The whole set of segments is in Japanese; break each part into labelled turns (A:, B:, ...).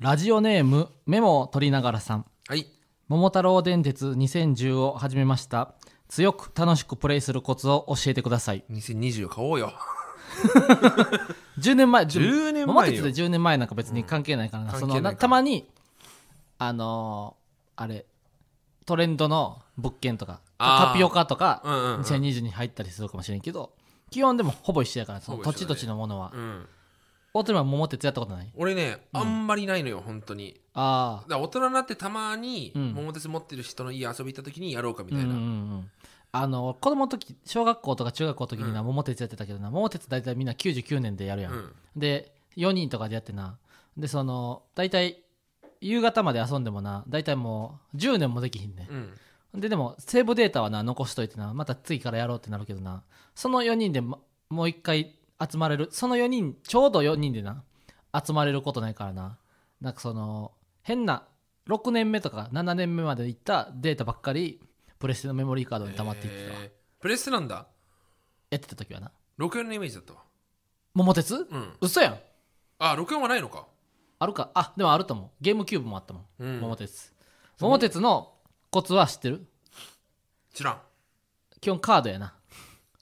A: ラジオネームメモを取りながらさん
B: はい。
A: 桃太郎電鉄2010を始めました強く楽しくプレイするコツを教えてください
B: 2020買おうよ。
A: 10年前
B: 10年前よ
A: 桃鉄で10年前なんか別に関係ないからな,、
B: うん
A: そ
B: 関
A: の
B: 係
A: な
B: な
A: い
B: から
A: たまにあのーあれトレンドの物件とか
B: あー
A: タピオカとか、
B: うんうんうん
A: 2020に入ったりするかもしれんけど基本でもほぼ一緒やからその
B: ほぼ
A: 土
B: 一
A: 地
B: 緒だね
A: 土地のものは、
B: うん。
A: 大鳥は桃鉄やったことない
B: 俺ね、あんまりないのよ、本当に。
A: あ
B: だから大人になってたまに、
A: うん
B: 桃鉄持ってる人の家遊び行った時にやろうかみ
A: あうんう
B: たい
A: んう
B: な。
A: んあの子供の時小学校とか中学校の時にな、
B: う
A: 桃鉄やってたけどな桃鉄大体みんな99年でやるや、
B: うんん。
A: で4人とかでやってなでその大体夕方まで遊んでもな大体もう10年もできひんね、
B: うん。
A: ででもセーブデータはな残しといてなまた次からやろうってなるけどなその4人で、まもう一回集まれるその4人ちょうど4人でな集まれることないからななんかその変な6年目とか7年目までいったデータばっかりプレステのメモリーカードに溜まっていってたわ、
B: えープレステなんだ。
A: やってた時はな
B: 64のイメージだったわ。
A: 桃鉄
B: うん。
A: 嘘やん
B: あ、64はないのか。
A: あるかあでもあると思うゲームキューブもあったもん
B: うん。
A: 桃鉄桃鉄のコツは知ってる
B: 知らん。
A: 基本カードやな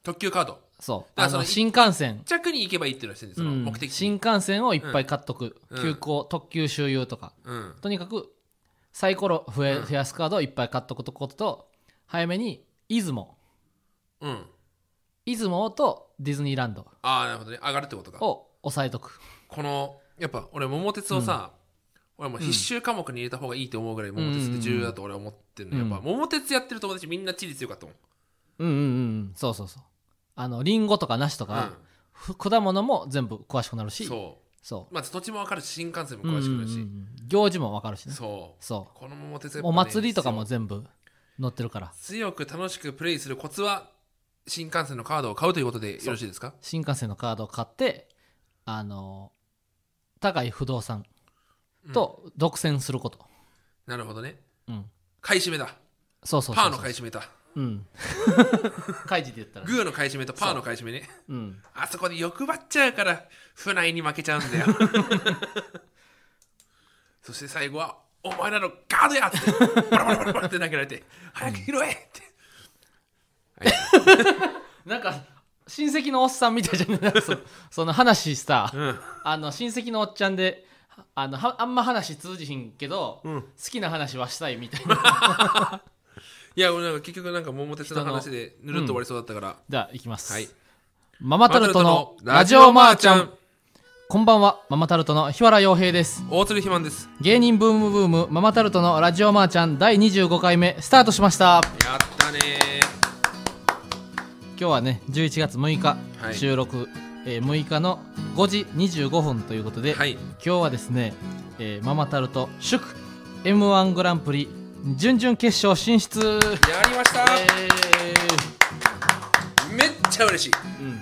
B: 特急カード。
A: そう
B: だから
A: あ
B: その
A: の新幹線
B: 着に行けばいいっていうのはしてるんです
A: う
B: よ、
A: ん
B: 目的地
A: 新
B: に。
A: 幹線をいっぱい買っとく、
B: うん
A: 急行特急周遊とか
B: うん。
A: とにかくサイコロ増え増やすカードをいっぱい買っとくことと早めに出雲
B: うん。
A: 出雲とディズニーランド
B: ああ、なるほどね。上がるってことか。
A: を押さえとく
B: このやっぱ俺桃鉄をさ、俺もう必修科目に入れた方がいいと思うぐらい桃鉄って重要だと俺は思ってるの、
A: うん
B: やっぱ桃鉄やってる友達みんな地理強かったもん、
A: うんうんうんそうそうそうあのリンゴとか梨とか、ふ果物も全部詳しくなる
B: うん、
A: しそう
B: そ
A: そう
B: まず土地も分かるし新幹線も
A: うん
B: 詳しくなる
A: う
B: し、
A: んうん行事も分かるしね
B: そう
A: そ
B: この桃鉄や
A: う
B: っぱ
A: お
B: ね
A: 祭りとかも全部載ってるから
B: 強く楽しくプレイするコツは新幹線のカードを買うということでよろしいですか
A: 新幹線のカードを買ってあの高い不動産と独占すること、
B: なるほどね
A: うん、
B: 買い占めだ
A: そうそうそうそう
B: パーの買い占めだ
A: うん 開示で言ったらね
B: グーの買い占めとパーの買い占めね
A: うん
B: あそこで欲張っちゃうから不内に負けちゃうんだ よそして最後は「お前らのガードや!」ってバラバラバラバラって投げられて「早く拾え!」って、
A: なんか親戚のおっさんみたいじゃないなん かそその話さ、
B: ん
A: あの親戚のおっちゃんであのはあんま話通じひんけど、好きな話はしたいみたい な
B: いや俺なんか結局なんか桃鉄の話でぬるっと終わりそうだったから、
A: ではいきます、
B: はい
A: ママタルトのラジオマーちゃんこんばんはママタルトの日原洋平です
B: 大鶴ひまんです
A: 芸人ブームブームママタルトのラジオマーちゃん第25回目スタートしました
B: やったね
A: 今日はね11月6日、
B: はい
A: 収録、えー6日の5時25分ということで、
B: はい
A: 今日はですね、えーママタルト祝 m 1グランプリ準々決勝進出
B: やりました、
A: え
B: めっちゃ嬉しい
A: ーうん、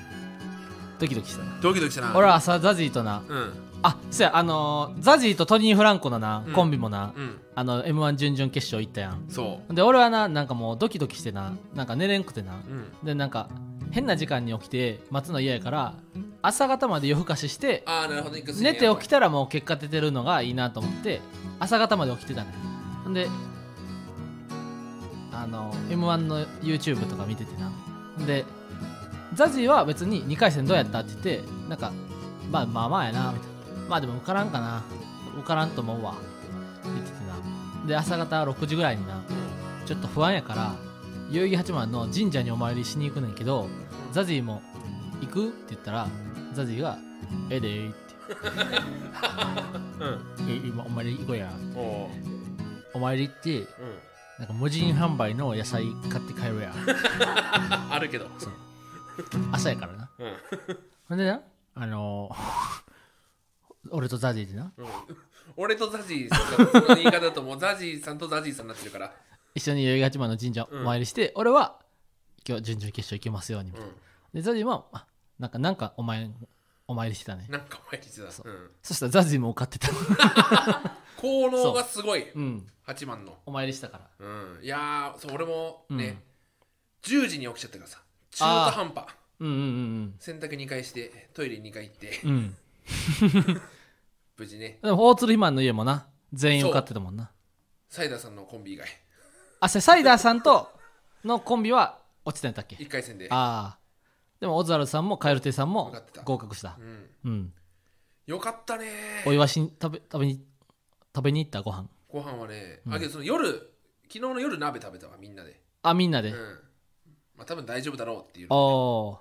A: ドキドキしたな
B: ドキドキしたな
A: 俺はさザジーとな
B: うん
A: あそうやあのーザジーとトニー・フランコのな、
B: うん
A: コンビもな、
B: うん
A: あの m 1準々決勝行ったやん
B: そ
A: で俺はななんかもうドキドキしてななんか寝れんくてな
B: ううん
A: でなんか変な時間に起きて待つの嫌やから朝方まで夜更かしして
B: ああなるほど寝
A: 寝て起き
B: た
A: たらもう結果出てるのがいいなと思って朝方まで起きてたねほんであの m 1の YouTube とか見ててなほんでザジーは別に2回戦どうやったって言ってなんかまあまあまあやなみたいなまあでも受からんかな受からんと思うわって言っててなで朝方6時ぐらいになちょっと不安やから代々木八幡の神社にお参りしに行くねんけどザジーも「行く?」って言ったらザジーが「ええでー」って
B: うん
A: え今お参り行こうや
B: おう
A: お参り行って
B: うん
A: なんか無人販売の野菜買って帰ろう や
B: ああるけど
A: 朝やからな
B: うん
A: ほんでなあのー俺とザジーでな
B: 俺とザジーさんがその言い方だ ともうザジーさんとザジーさんになってるから、
A: 一緒に代々木八幡の神社お参りして、俺は今日準々決勝行けますようにみたいなでザジーもあなんかなんかお前お参りしてたね
B: なんかお前実だ、うん、
A: そしたらザジーも受かってた
B: 効能がすごい
A: うん
B: 八幡の、
A: お参りしたから
B: うん、いやーそう俺も
A: うん
B: ね、10時に起きちゃったからさ中途半端
A: うんうんうん
B: 洗濯2回してトイレ2回行って
A: うんうん
B: 無事ね
A: でも大鶴ひまんの家もな全員受かってたもんな
B: サイダーさんのコンビ以外
A: あそうサイダーさんとのコンビは落ちてんだっけ
B: 1回戦で
A: ああでもオズワルドさんもカエル亭さんも
B: 受かってた
A: 合格した
B: うん
A: うん
B: よかったね
A: お祝いしに食べ食べに食べに行ったご飯
B: ご飯はね、あけどその夜昨日の夜鍋食べたわみんなで
A: あみんな
B: う
A: で、
B: んまあ多分大丈夫だろうっていう
A: おお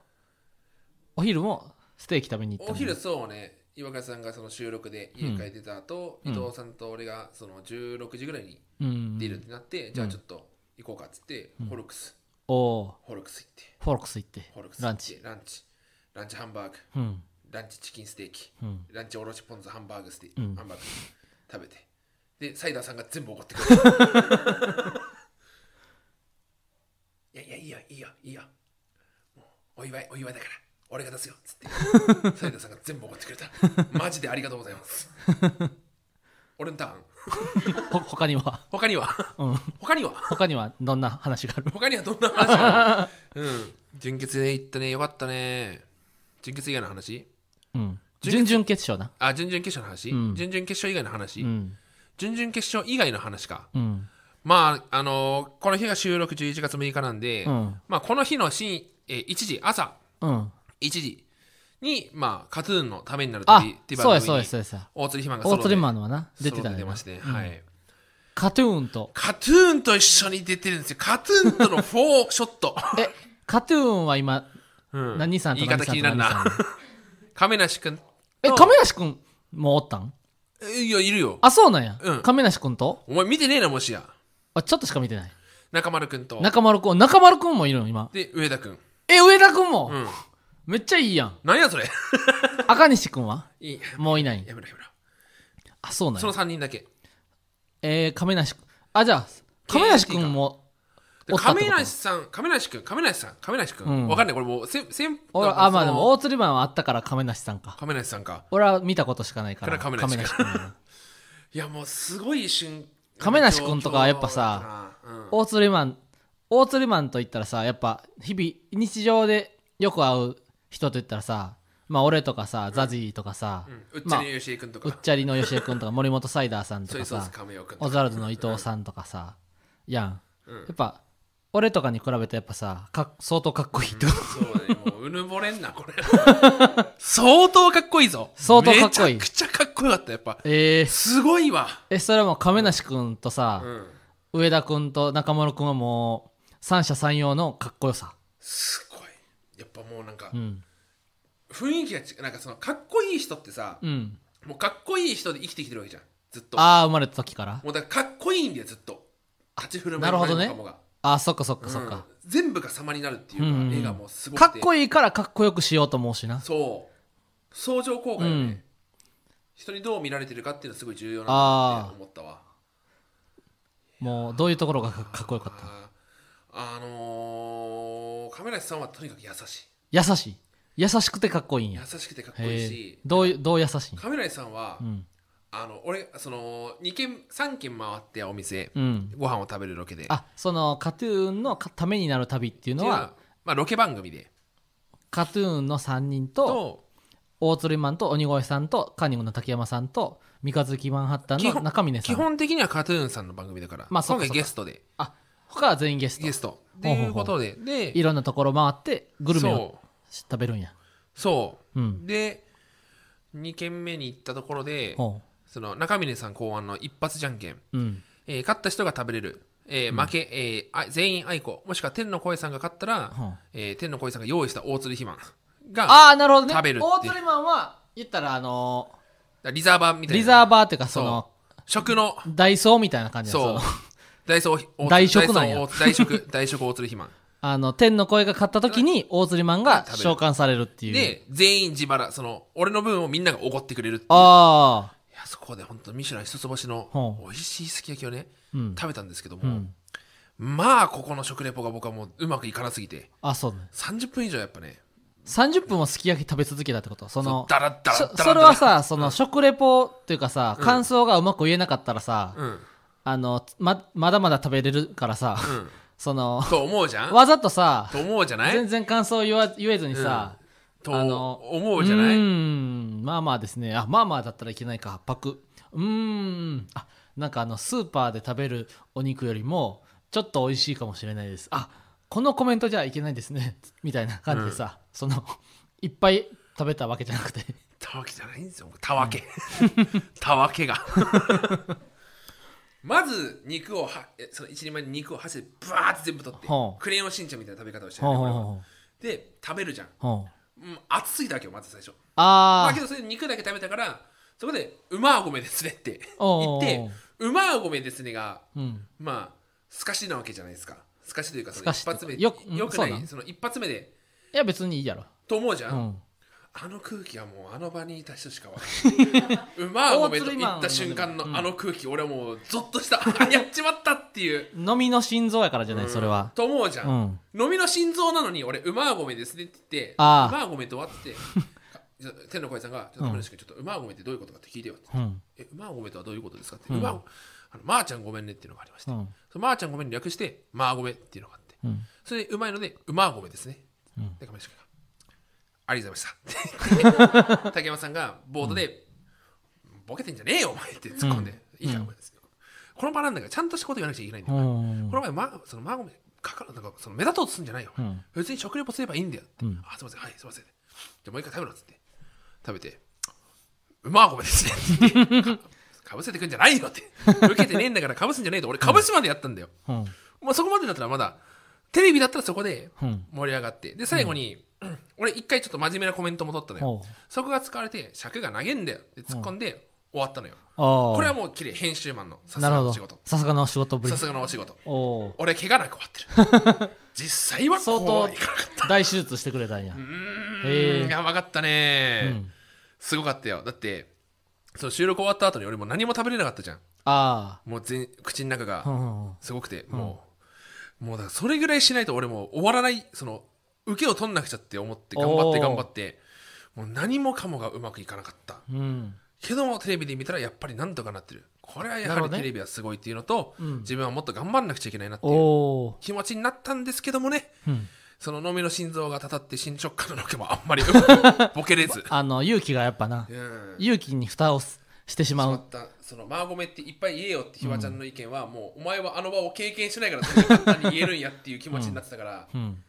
A: お昼もステーキ食べに行ったも
B: お
A: ん
B: 昼そうね岩倉さんがその収録で家帰ってた後、
A: うん
B: 伊藤さんと俺がその16時ぐらいに
A: うん
B: 出るってなって、じゃあちょっと行こうかっつって、ホルクス
A: おお
B: ホルクス行って
A: ーフォルクス行って
B: ホルクス行
A: ラ
B: っ
A: ン
B: て
A: チ
B: ランチランチハンバーグ
A: うん
B: ランチチキンステーキ
A: うん
B: ランチおろしポン酢ハンバーグステーキ、
A: うん
B: ハンバーグ食べてでサイダーさんが全部おごってくれたい やいやいいよいいよいいよもうお祝いお祝いだから俺が出すよっつってサイダーさんが全部おごってくれたマジでありがとうございます俺のターン
A: ほ他には
B: 他には
A: うん
B: 他には
A: 他にはどんな話がある
B: 他にはどんな 話があるうん純潔で行ったねよかったね純潔以外の話
A: うん準
B: 準
A: 々決勝な
B: あ準々決勝の話、
A: うん
B: 準々決勝以外の話、
A: うん
B: 準々決勝以外の話か。
A: うん
B: まあ、あのーこの日が収録11月6日なんで、
A: うん
B: まあ、この日の深夜、えー1時、朝
A: うん
B: 1時に、まあ、カトゥーンのためになる
A: あ
B: 旅っていう
A: そう
B: 番
A: やそう
B: 組
A: や
B: に
A: そうやそうや
B: 大鶴ひまんがソ
A: オ
B: ロ
A: ー
B: で
A: トリマンのはな出て
B: ソ
A: た
B: ロ
A: ね
B: で出まして、
A: うん
B: はい。
A: カトゥーンと
B: カトゥーンと一緒に出てるんですよ。カトゥーンとのフォーショット。
A: えカトゥーンは今
B: うん
A: 何さんと
B: 言い
A: 何
B: 方
A: さ
B: 気
A: んと
B: になる
A: 何さ。
B: なん亀梨君。
A: え亀梨くんもおったん
B: えいや、いるよ。
A: あそうなんや
B: うん
A: 亀梨くんと
B: お前見てねえな、もしや。
A: あちょっとしか見てない
B: 中丸君と。
A: 中丸くん中丸くんもいるの今
B: で、上田君。
A: え上田くんも
B: うん。
A: めっちゃいいやん
B: 何やそれ。
A: 赤西くんはい
B: い。
A: もういない
B: やめろやめろ。
A: あそうなん
B: そ
A: や
B: の3人だけ。
A: えー亀梨くんあじゃあ亀梨くんも
B: で
A: おったってこと
B: 亀梨さん、亀梨君、亀梨さん、亀梨君、
A: うん
B: わかんない、これもう、せん、せん、
A: 俺
B: なんか
A: あまあ
B: そ
A: で
B: の
A: も大釣りマンはあったから亀梨さんか
B: 亀梨さんか。
A: 俺は見たことしかないから
B: これ亀梨
A: くん
B: いや、もう、すごい瞬
A: 亀梨君とかはやっぱさ、
B: 状況だなうん
A: 大釣りマン大釣りマンと言ったらさやっぱ日々日常でよく会う人と言ったらさまあ俺とかさザジーとかさ、
B: うん、うっち
A: まあ
B: ゃりよしえ君と
A: うっ
B: か、
A: ちゃりの吉江君とか森本サイダーさんと
B: ソイ
A: か
B: ソー
A: さ
B: ス亀尾君
A: オ
B: と
A: ザ
B: か、
A: ルドの伊藤さんとかさやん
B: うん
A: やっぱ俺とかに比べてやっぱさかっ相当かっこいいってこと
B: そうだね、もう、うぬぼれんな、こ れ。相当かっこいいぞ。
A: 相当かっこいい
B: めちゃくちゃかっこよかった、やっぱ。
A: えー、
B: すごいわ。
A: えそれはもう亀梨君とさ、
B: うん。
A: 上田君と中丸君はもう三者三様のかっこよさ、
B: すごい。やっぱもうなんか
A: う、ん
B: 雰囲気が違う。なんかその、かっこいい人ってさ、
A: うん、
B: もうかっこいい人で生きてきてるわけじゃん。ずっと。
A: ああ生まれた時から
B: もうだからかっこいいんだよずっと立ち振る舞
A: な
B: い
A: るほどね
B: 前の顔が
A: ああそっかそっ
B: う
A: か
B: ん
A: そっか、
B: 全部が様になるっていうか、
A: うん
B: 絵がもうすごく
A: かっこ
B: いい
A: いいからかっこよくしようと思うしな
B: そう相乗効果よね、
A: うん
B: 人にどう見られてるかっていうのはすごい重要なんだなって思ったわ
A: もうどういうところがかかっこよかった
B: あーあのー、亀梨さんはとにかく優し
A: 優しい優しくてかっこいいん
B: い
A: や
B: 優しくてかっこいい
A: へえ
B: し
A: どういうどう優しいん
B: 亀梨さんは、
A: うん
B: あの俺その2軒3軒回ってお店、
A: うん
B: ご飯を食べるロケで
A: あそのカトゥーンのかためになる旅っていう
B: っ
A: の
B: ていうの
A: は
B: はまあ、ロケ番組で
A: カトゥーンの3人と
B: と
A: 大鶴マンと鬼越さんとカーニングの竹山さんと三日月マンハッタン
B: 基
A: の
B: 本
A: 中峰さ
B: 基
A: ん
B: 本的にはカトゥーンさんの番組だから、
A: まあそっ
B: 今
A: か
B: 回ゲストで
A: あ他は全員ゲスト
B: ゲストっ
A: ほ
B: て
A: うほう
B: い
A: ほう
B: うことでで
A: いろんなところ回ってグルメを
B: そ
A: 食べるんや
B: うそう、
A: うん
B: で2軒目に行ったところで
A: ほ
B: その中峰さん考案の一発じゃんけん、
A: ううん
B: えー勝った人が食べれる、えー負け、えーあ全員愛子もしくは天の声さんが勝ったら、
A: ほう
B: えー天の声さんが用意した大鶴ひまんが
A: ああなるほどね
B: 食べるっていう
A: 大鶴マンは言ったらあの
B: リザーバーみ
A: ー
B: たいな
A: リザーバーっていうかその
B: 食の
A: ダイソーみたいな感じや
B: そう
A: の
B: 大層
A: 大食なんや
B: 大食大食大鶴ひまん
A: あの天の声が買った時に大釣りマンが
B: 食べる
A: 召喚されるっていう
B: で全員自腹その俺の分をみんながおごってくれるっていう
A: ああ
B: いやそこで本当ミシュラン一つ星の
A: ほう
B: 美味しいすき焼きをね、
A: うん
B: 食べたんですけども、
A: うん
B: まあここの食レポが僕はもううまくいかなすぎて
A: あそうね
B: 30分以上やっぱね
A: 30分もすき焼き食べ続けたってことその
B: ダラッダラ
A: そ
B: ッダラ
A: それはさその食レポっていうかさ
B: ん
A: 感想がうまく言えなかったらさ、
B: うんうん
A: あのままだまだ食べれるからさ、その
B: と思うじゃん
A: わざとさ
B: と思うじゃない
A: 全然感想言わ言えずにさ、
B: と
A: あの
B: 思うじゃな
A: うー
B: い
A: んまあまあですねあまあまあだったらいけないかパクうーんあなんかあのスーパーで食べるお肉よりもちょっと美味しいかもしれないですあこのコメントじゃいけないですね みたいな感じでさ、そのいっぱい食べたわけじゃなく て
B: たわけじゃないんですよたわけ たわけがまず肉をはえその一人前に肉を箸でブワーって全部取って
A: ほう
B: クレヨンしんちゃんみたいな食べ方をしてる
A: ほう
B: ね
A: ほう
B: 俺
A: ほう
B: は
A: ほう
B: で食べるじゃん
A: ほう
B: うん熱すぎたわけよまず最初
A: あ
B: だけどそれで肉だけ食べたからそこで「うまあごめですね」って言
A: お
B: っ
A: ー
B: て「うまあごめですね」が
A: あうん
B: まあすかしなわけじゃないですかすかしというかそ
A: す
B: の
A: かし
B: 一発目
A: っていうかよ
B: よくな
A: うんそうないん
B: その一発目で
A: いや別にいいやろ
B: と思うじゃ、
A: うんん
B: あの空気はもうあの場にいた人しかわから ないうまあごめと言った瞬間
A: うん
B: のあの空気俺はもうゾッと したあやっちまったっていう
A: 飲みの心臓やからじゃない、それは
B: と思うじゃ、
A: うんん
B: 飲みの心臓なのに俺うまあごめですねって言ってう
A: あー
B: まあごめとはって言って天の声さんが「ちょっと亀梨君ちょっとうまあごめってどういうことかって聞いてよ」って
A: うん
B: え、うまあごめんとはどういうことですかって、
A: う
B: うんまああの、まー、ちゃんごめんねっていうのがありまして、
A: う
B: そ
A: ん
B: のまー、ちゃんごめんに略して、まあごめんっていうのがあって、
A: うん
B: それでうまいので、うまあごめんですね。
A: うん
B: で、亀梨君が、ありがとうございました って言って。竹山さんがボードで、ボケてんじゃねえよ、お前って突っ込んで、
A: うん
B: いいか
A: う
B: ら
A: ん
B: ごめんですよ。この場なんだから、ちゃんとしたこと言わなくちゃいけないんだ
A: う
B: よ。
A: ん
B: この前、ま、そのまあごめん、かかるなんかその目立とうとすんじゃないよ。お前
A: うん
B: 別に食レポすればいいんだよって。
A: うん
B: あ、すいません、はい、すいません。じゃあもう一回食べろっつって。食べて、うまあごめんですねって言って。か かぶせてくんじゃないよって。受けてねえんだからかぶすんじゃねえと。俺、かぶすまでやったんだよ。
A: うん
B: まあそこまでだったらまだ、テレビだったらそこで
A: うん
B: 盛り上がって。で、最後に、俺一回ちょっと真面目なコメントも取ったのよ。
A: ほう
B: そこが使われて、尺が投げんだよって突っ込んで終わったのよ。
A: ああ
B: これはもう綺麗、編集マンのさす
A: な
B: が
A: る
B: の
A: ほ
B: お
A: ど
B: 仕事。
A: さすがの仕事ぶり
B: さすがのお仕事。
A: おお
B: 俺怪我なく終わっ てる実際は
A: 相
B: こ
A: 当
B: ういかなかった
A: 大手術してくれたんや
B: う
A: へ
B: ー
A: え
B: んやばかった
A: う
B: ね、
A: ん
B: すごかったよだってその収録終わった後に俺もう何も食べれなかったじゃん
A: あ
B: もう全口の中
A: あう
B: が
A: んうん
B: すごくて、もうもうだからそれぐらいしないと俺もう終わらないその受けを取んなくちゃって思って頑張って
A: おー
B: 頑張ってもう何もかもがうまくいかなかった
A: うん
B: けどもテレビで見たらやっぱりなんとかなってるこれはや
A: な
B: は
A: るほ
B: り
A: どね
B: テレビはすごいっていうのと、
A: うん
B: 自分はもっと頑張んなくちゃいけないなって
A: お
B: いう
A: お
B: 気持ちになったんですけどもね
A: ーうん。
B: その飲みの心臓がたたって新食感のロケもあんまりうまくボケれず
A: あの勇気がやっぱな
B: うん。
A: 勇気に蓋をすしてしま
B: ま
A: う
B: たそのマーゴメっていっぱい言えよってひわちゃんの意見はもうお前はあの場を経験してないからそんな簡単に言えるんやっていう気持ちになってたから、
A: うん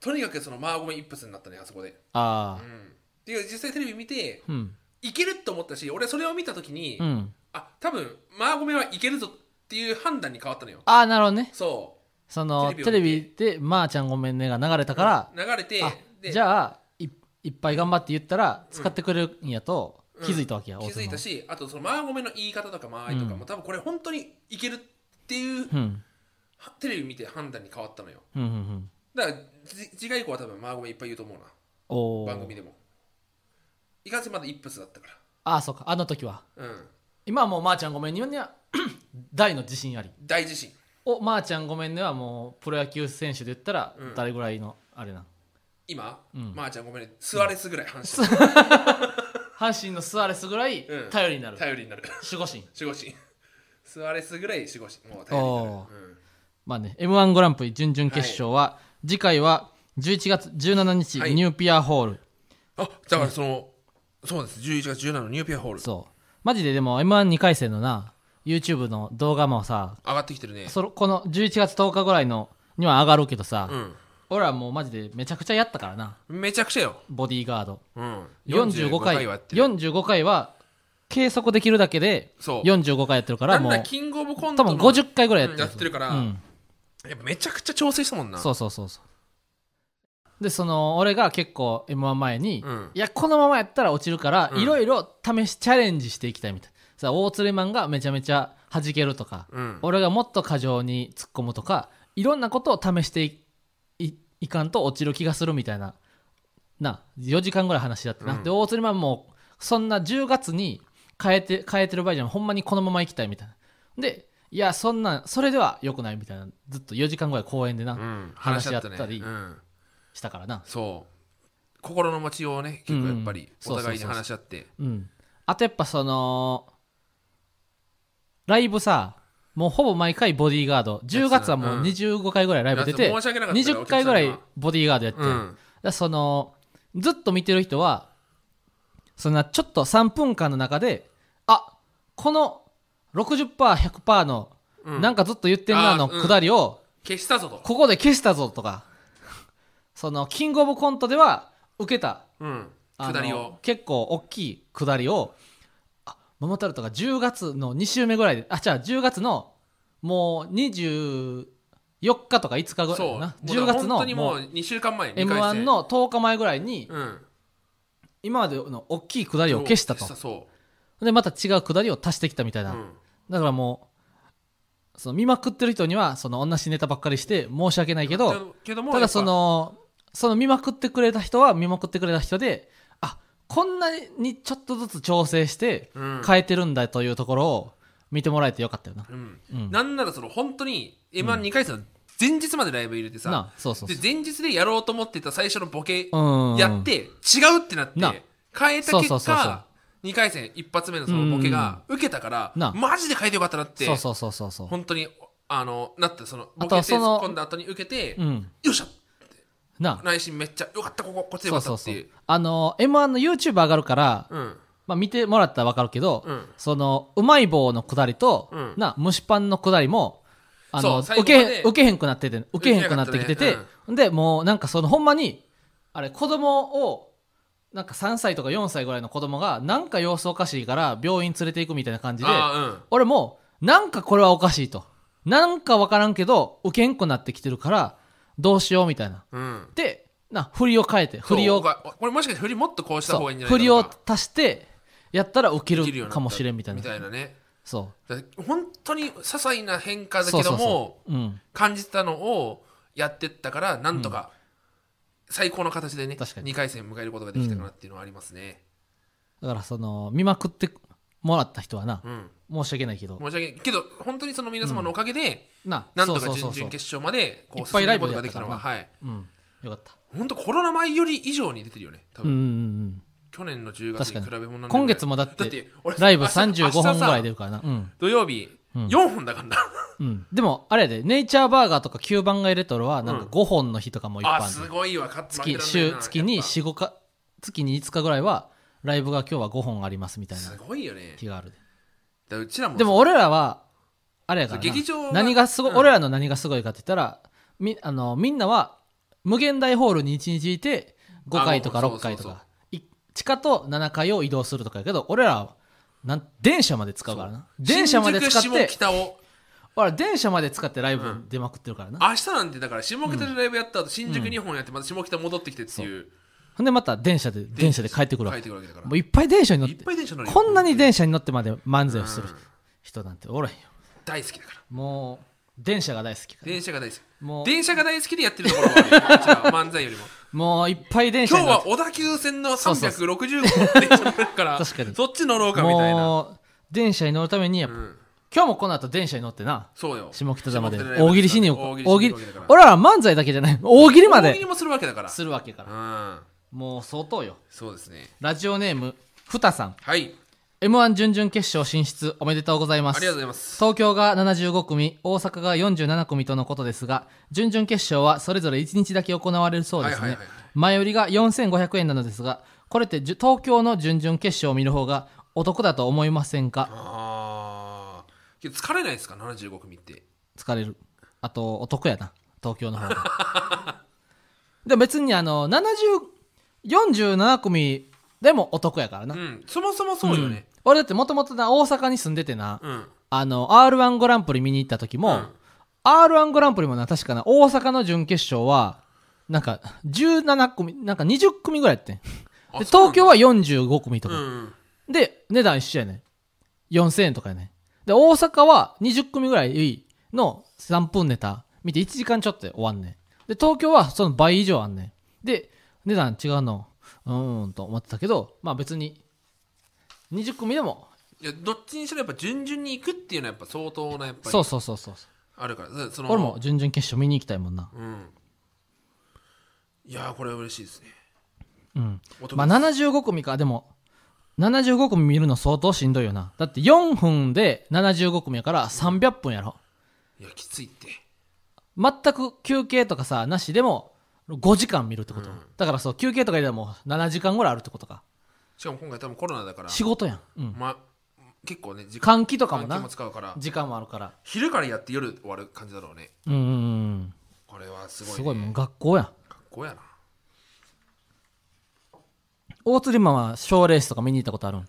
B: とにかくそのマーゴメ一発になったねあそこで。
A: あ
B: うん。っていう実際テレビ見て
A: あうん
B: いけると思ったし俺それを見た時に、
A: うん
B: あ多分マーゴメはいけるぞっていう判断に変わったのよ。
A: ああなるほどね
B: そ
A: そのテ
B: テ
A: レ
B: レ
A: ビ
B: ビ
A: で「まーちゃんごめんね」が流れた
B: う。
A: から
B: 流れて
A: あ
B: で
A: じゃあいいっぱい頑張って言ったら使ってくれるんやと
B: うん
A: 気づいたわけや
B: 気づいたしあとそのマーゴメの言い方とか間合いとかも、
A: うん
B: 多分これ本当にいけるっていう、
A: 大津のうん
B: はテレビ見て判断に変わったのよ
A: うんうんうん
B: だからじ次回以降は多分マーゴメいっぱい言うと思うな
A: お
B: 番組
A: お
B: でもいかんせんまだ一発だったか
A: ああそうかあの時は
B: らうん
A: 今はもう「まーちゃんごめんね」には 大の自信あり
B: 大自信
A: おまー、ちゃんごめんねはもうプロ野球選手で言ったら
B: うん
A: 誰ぐらいのあれな、
B: 今、
A: うん
B: まーちゃんごめんねスアレスぐらい反射、
A: 阪神のスアレスぐらい
B: うん
A: 頼りになる、
B: 頼りになる
A: 守護神
B: 守護神スアレスぐらい守護神もう頼りにな
A: お
B: る、うん
A: まあね m 1グランプリ準々決勝は、次回は11月17日、
B: はい
A: ニューピアホール
B: あだからその、そうです11月17のニューピアホール上
A: そうマジででも m 1 2回戦のな YouTube の動画もさ
B: がってきてるね
A: そのこの11月10日ぐらいのには上がるけどさ、
B: うん
A: 俺はもうマジでめちゃくちゃやったからな
B: めちゃくちゃよ、
A: ボディーガード
B: うん、
A: 45回
B: はやってる
A: 45回は計測できるだけで
B: そう
A: 45回やってるから
B: な
A: も
B: ん
A: う
B: だキングオブコン
A: 多
B: ト
A: 分
B: の
A: 50回ぐらいやってる,、
B: やってるから、
A: うん、
B: やっぱめちゃくちゃ調整したもんな
A: そうそうそうそうでその俺が結構 m 1前に、
B: うん
A: いやこのままやったら落ちるから
B: うん
A: いろいろ試しチャレンジしていきたいみたいなさあ大釣りマンがめちゃめちゃ弾けるとか、
B: うん
A: 俺がもっと過剰に突っ込むとかいろんなことを試していいいかんと落ちる気がするみたいなな4時間ぐらい話だってな、
B: うん
A: で大釣りマンもそんな10月に変えて変えてる場合じゃんほんまにこのまま行きたいみたいなでいやそんなんそれでは良くないみたいなずっと4時間ぐらい公園でな、
B: うん、
A: 話
B: 話
A: し
B: し
A: 合
B: 合
A: っ
B: ったた
A: り
B: ねうん、
A: したからな
B: そう心の持ちようをね結構やっぱ
A: うん
B: り
A: そう
B: お
A: そうそうそう
B: 互いに話し合って
A: うんあとやっぱそのライブさもうほぼ毎回ボディーガード10月はもう
B: うん
A: 25回ぐらいライブ出て
B: いや申し訳なかったから
A: 20回ぐら
B: お
A: い
B: 客様
A: ボディーガードやって
B: う
A: だか
B: ん
A: らそのずっと見てる人はそんなちょっと3分間の中であこの 60%100% の
B: うん
A: なんかずっと言ってんな
B: あー
A: の
B: うん
A: くだりを
B: 消したぞと。
A: ここで消したぞとかそのキングオブコントでは受けた
B: うん。
A: あの
B: 下りを。
A: 結構大きい下りをあ桃太郎とか10月の2週目ぐらいであじゃあ10月のもう24日とか5日ぐらい
B: そう。
A: だ
B: も
A: な
B: う
A: 10月
B: 本当
A: の
B: に
A: も
B: も
A: う
B: う2週間前に
A: m 1。の10日前ぐらいに
B: うん。
A: 今までの大きい下りを消したと
B: そ。
A: でまた違う下りを足してきたみたいう
B: う
A: な、
B: ん。
A: だからもうその見まくってる人にはその同じネタばっかりして申し訳ないけど
B: けども、
A: た
B: や
A: だ
B: っぱ
A: そ、のその見まくってくれた人は見まくってくれた人であこんなにちょっとずつ調整して
B: うん。
A: 変えてるんだというところを見てもらえてよかったよな、
B: うん
A: うん、な
B: なんならその本当に M12 回戦の前日までライブ入れてさ、
A: あそうそう
B: で
A: そう
B: 前日でやろうと思ってた最初のボケ
A: うん
B: やって違うってなって
A: な
B: 変えた
A: そう
B: 結
A: そうそうそう
B: 果2回戦一発目のそのボケが受けたから
A: な
B: マジで変えてよかったなって
A: そうそうそうそうそう
B: 本当にあのなってその
A: あ
B: ボ
A: と
B: ケ
A: は
B: て
A: その
B: 突っ込んだ後に受けてよ
A: うん
B: っしゃ
A: なあ
B: 内心めっちゃよかったこここっちでよ
A: そ
B: か
A: う
B: っ
A: そ
B: た
A: う
B: っ
A: そ
B: ていうう
A: あの m 1の YouTube 上がるから、
B: うん
A: まあ、見てもらったら分かるけど、
B: うん
A: そのうまい棒のくだりと、
B: うん
A: な蒸しパンのくだりもあの
B: そう
A: 受
B: 最後まで
A: け受けへんくなってて受けへんくなってきて
B: 受けへん
A: て
B: かったね、
A: でもうなんかそのほんまにあれ子供をなんか3歳とか4歳ぐらいの子供がなんか様子おかしいから病院連れていくみたいな感じで
B: あ
A: 俺もなんかこれはおかしいとなんか分からんけど受けへんくなってきてるからどうしようみたいな
B: あうんうん
A: でな振りを変えて振り
B: そう
A: を
B: これこれもしかして振りもっとこうした
A: そ
B: 方がいいんじ
A: う
B: ゃな
A: 振
B: い
A: り
B: か
A: を
B: とか
A: 足してやったら受
B: でき
A: け
B: るよ
A: る
B: うになった
A: かもしれんみたい
B: み
A: な
B: たいなね
A: そ
B: だから本当に些細な変化
A: う
B: だ
A: そ
B: け
A: うそ
B: ど
A: う
B: も
A: そううん
B: 感じたのをやってったからなんとか最高の形でね
A: 確かに
B: 2回戦迎えることができたかなっていうのはありますね
A: だからその見まくってもらった人はな
B: うん
A: 申し訳ないけど
B: 申し訳ないけど本当にその皆様のおかげで
A: な
B: なんとか
A: そう
B: 準
A: そ
B: 々
A: うそうそう
B: 決勝までこ
A: いうっ
B: 進
A: ぱい
B: め
A: ラ
B: る
A: イ
B: こ
A: ブ
B: と
A: でやった
B: ができ
A: か
B: た
A: ら
B: の
A: な
B: ははい
A: うんよかった
B: 本当コロナ前より以上に出てるよね多
A: うんう
B: 分
A: んうん
B: 去年の10月に比
A: 確か
B: べ物に
A: 今月もだって
B: 俺
A: ライブ
B: 明日
A: 35本ぐらい出
B: 明
A: る
B: 日さ
A: からなうん
B: 土曜日
A: うん
B: 4本だからな
A: うんでもあれやでネイチャーバーガーとか9番街レトロはなん
B: う
A: か
B: ん
A: 5本の日とかもいっぱい
B: あ
A: あ
B: す
A: る
B: ごいわ勝つ
A: 月週月に45日月に5日ぐらいはライブが今日は5本ありますみたい
B: す
A: な
B: ごいよね
A: 日があるで
B: だからうちらも
A: でも俺らはあれやからな
B: そう劇場が
A: 何がすごい、
B: うん
A: 俺らの何がすごいかって言ったらみあのみんなは無限大ホールに1日いて5回とか
B: あもう
A: 6回と
B: そうそ
A: かい地下と7階を移動するとかやけど俺らはなん電車まで使うからな電車まで使っ
B: 新宿
A: て
B: 下北を
A: 俺ら電車まで使ってライブ
B: うん
A: 出まくってるからな、
B: 明日なんてだから下北でライブやった後新宿2本やってまた下北戻ってきてっていう
A: ほんでまた電車で電車で帰ってくるわ
B: 帰
A: け
B: ってくるわけだから
A: もういっぱい電車に乗っ
B: い
A: て
B: っぱい電車乗るよ
A: こんなに電車に乗ってまで漫才をする
B: うん
A: 人なんておらへんよ
B: 大好きだから
A: もう電車が大好きから
B: 電車が大好き
A: もう
B: 電車が大好きでやってるところがあるよこっちは漫才よりも
A: もういっぱい電車
B: 今
A: に
B: 日
A: 乗って
B: は小田急線の
A: そうそうそ
B: 365本電車乗るか ら
A: 確かに
B: そっち乗ろうかみたいな、
A: もう電車に乗るためにやっ
B: う
A: ぱ、
B: ん、
A: 今日もこの後電車に乗ってな
B: そうよ
A: 下北沢まで
B: 下
A: 大喜利しに行こ
B: 大
A: う
B: 喜
A: 大喜
B: 利
A: 利
B: しに行くわけだから
A: 俺らは漫才だけじゃない大喜利ま
B: 大喜利
A: で
B: もするわけだから
A: するわけから
B: うん
A: もう相当よ
B: そうですね
A: ラジオネームふたさん
B: はい
A: m 1準々決勝進出おめでとうございま
B: あ
A: す
B: りがとうございます
A: 東京が75組大阪が47組とのことですが準々決勝はそれぞれ1日だけ行われるそうですね、
B: はいはいはいはい
A: 前売りが4500円なのですがこれってじゅ東京の準々決勝を見る方がお得だと思いませんか
B: ああけど疲れないですか75組って
A: 疲れるあとお得やな東京の方が でも別にあの7047組でもお得やからな、
B: うんそもそもそうよね
A: うん俺だってもともとな大阪に住んでてな、
B: うん
A: あの r 1グランプリ見に行った時も、
B: うん
A: r 1グランプリもな確かな大阪の準決勝はなんか17組なんか20組ぐらいやってんで
B: あそう
A: 東
B: なんだ
A: 京は45組と
B: う
A: か、
B: ん
A: で、値段一緒やねん。4000円とかやねん。で、大阪は20組ぐらいの3分ネタ見て1時間ちょっとで終わんねん。で、東京はその倍以上あんねん。で、値段違うの、うーんと思ってたけど、まあ別に、20組でも、
B: いやどっちにしろやっぱ順々に行くっていうのはやっぱ相当なやっぱり
A: そうそうそうそう。
B: あるからその
A: 俺も準々決勝見に行きたいもんな。
B: うんいやーこれは嬉しいですね
A: うん。
B: お得
A: まあ75組か、でも、75組見るの相当しんどいよな。だって4分で75組やから300分やろ。
B: いやきついって
A: 全く休憩とかさなしでも5時間見るってこと、
B: うん
A: だからそう休憩とか入れたらもう7時間ぐらいあるってことか
B: しかも今回多分コロナだから、
A: 仕事やん、うん、
B: ま、結構ね時
A: 換気とかも
B: 換気
A: な
B: も使うから
A: 時間もあるから
B: 昼からやって夜終わる感じだろうね
A: うんうんうん
B: これはすごい、ね、
A: すごいもう学校やん
B: 学校やな
A: 大釣りマンは賞レースとか見に行ったことあるん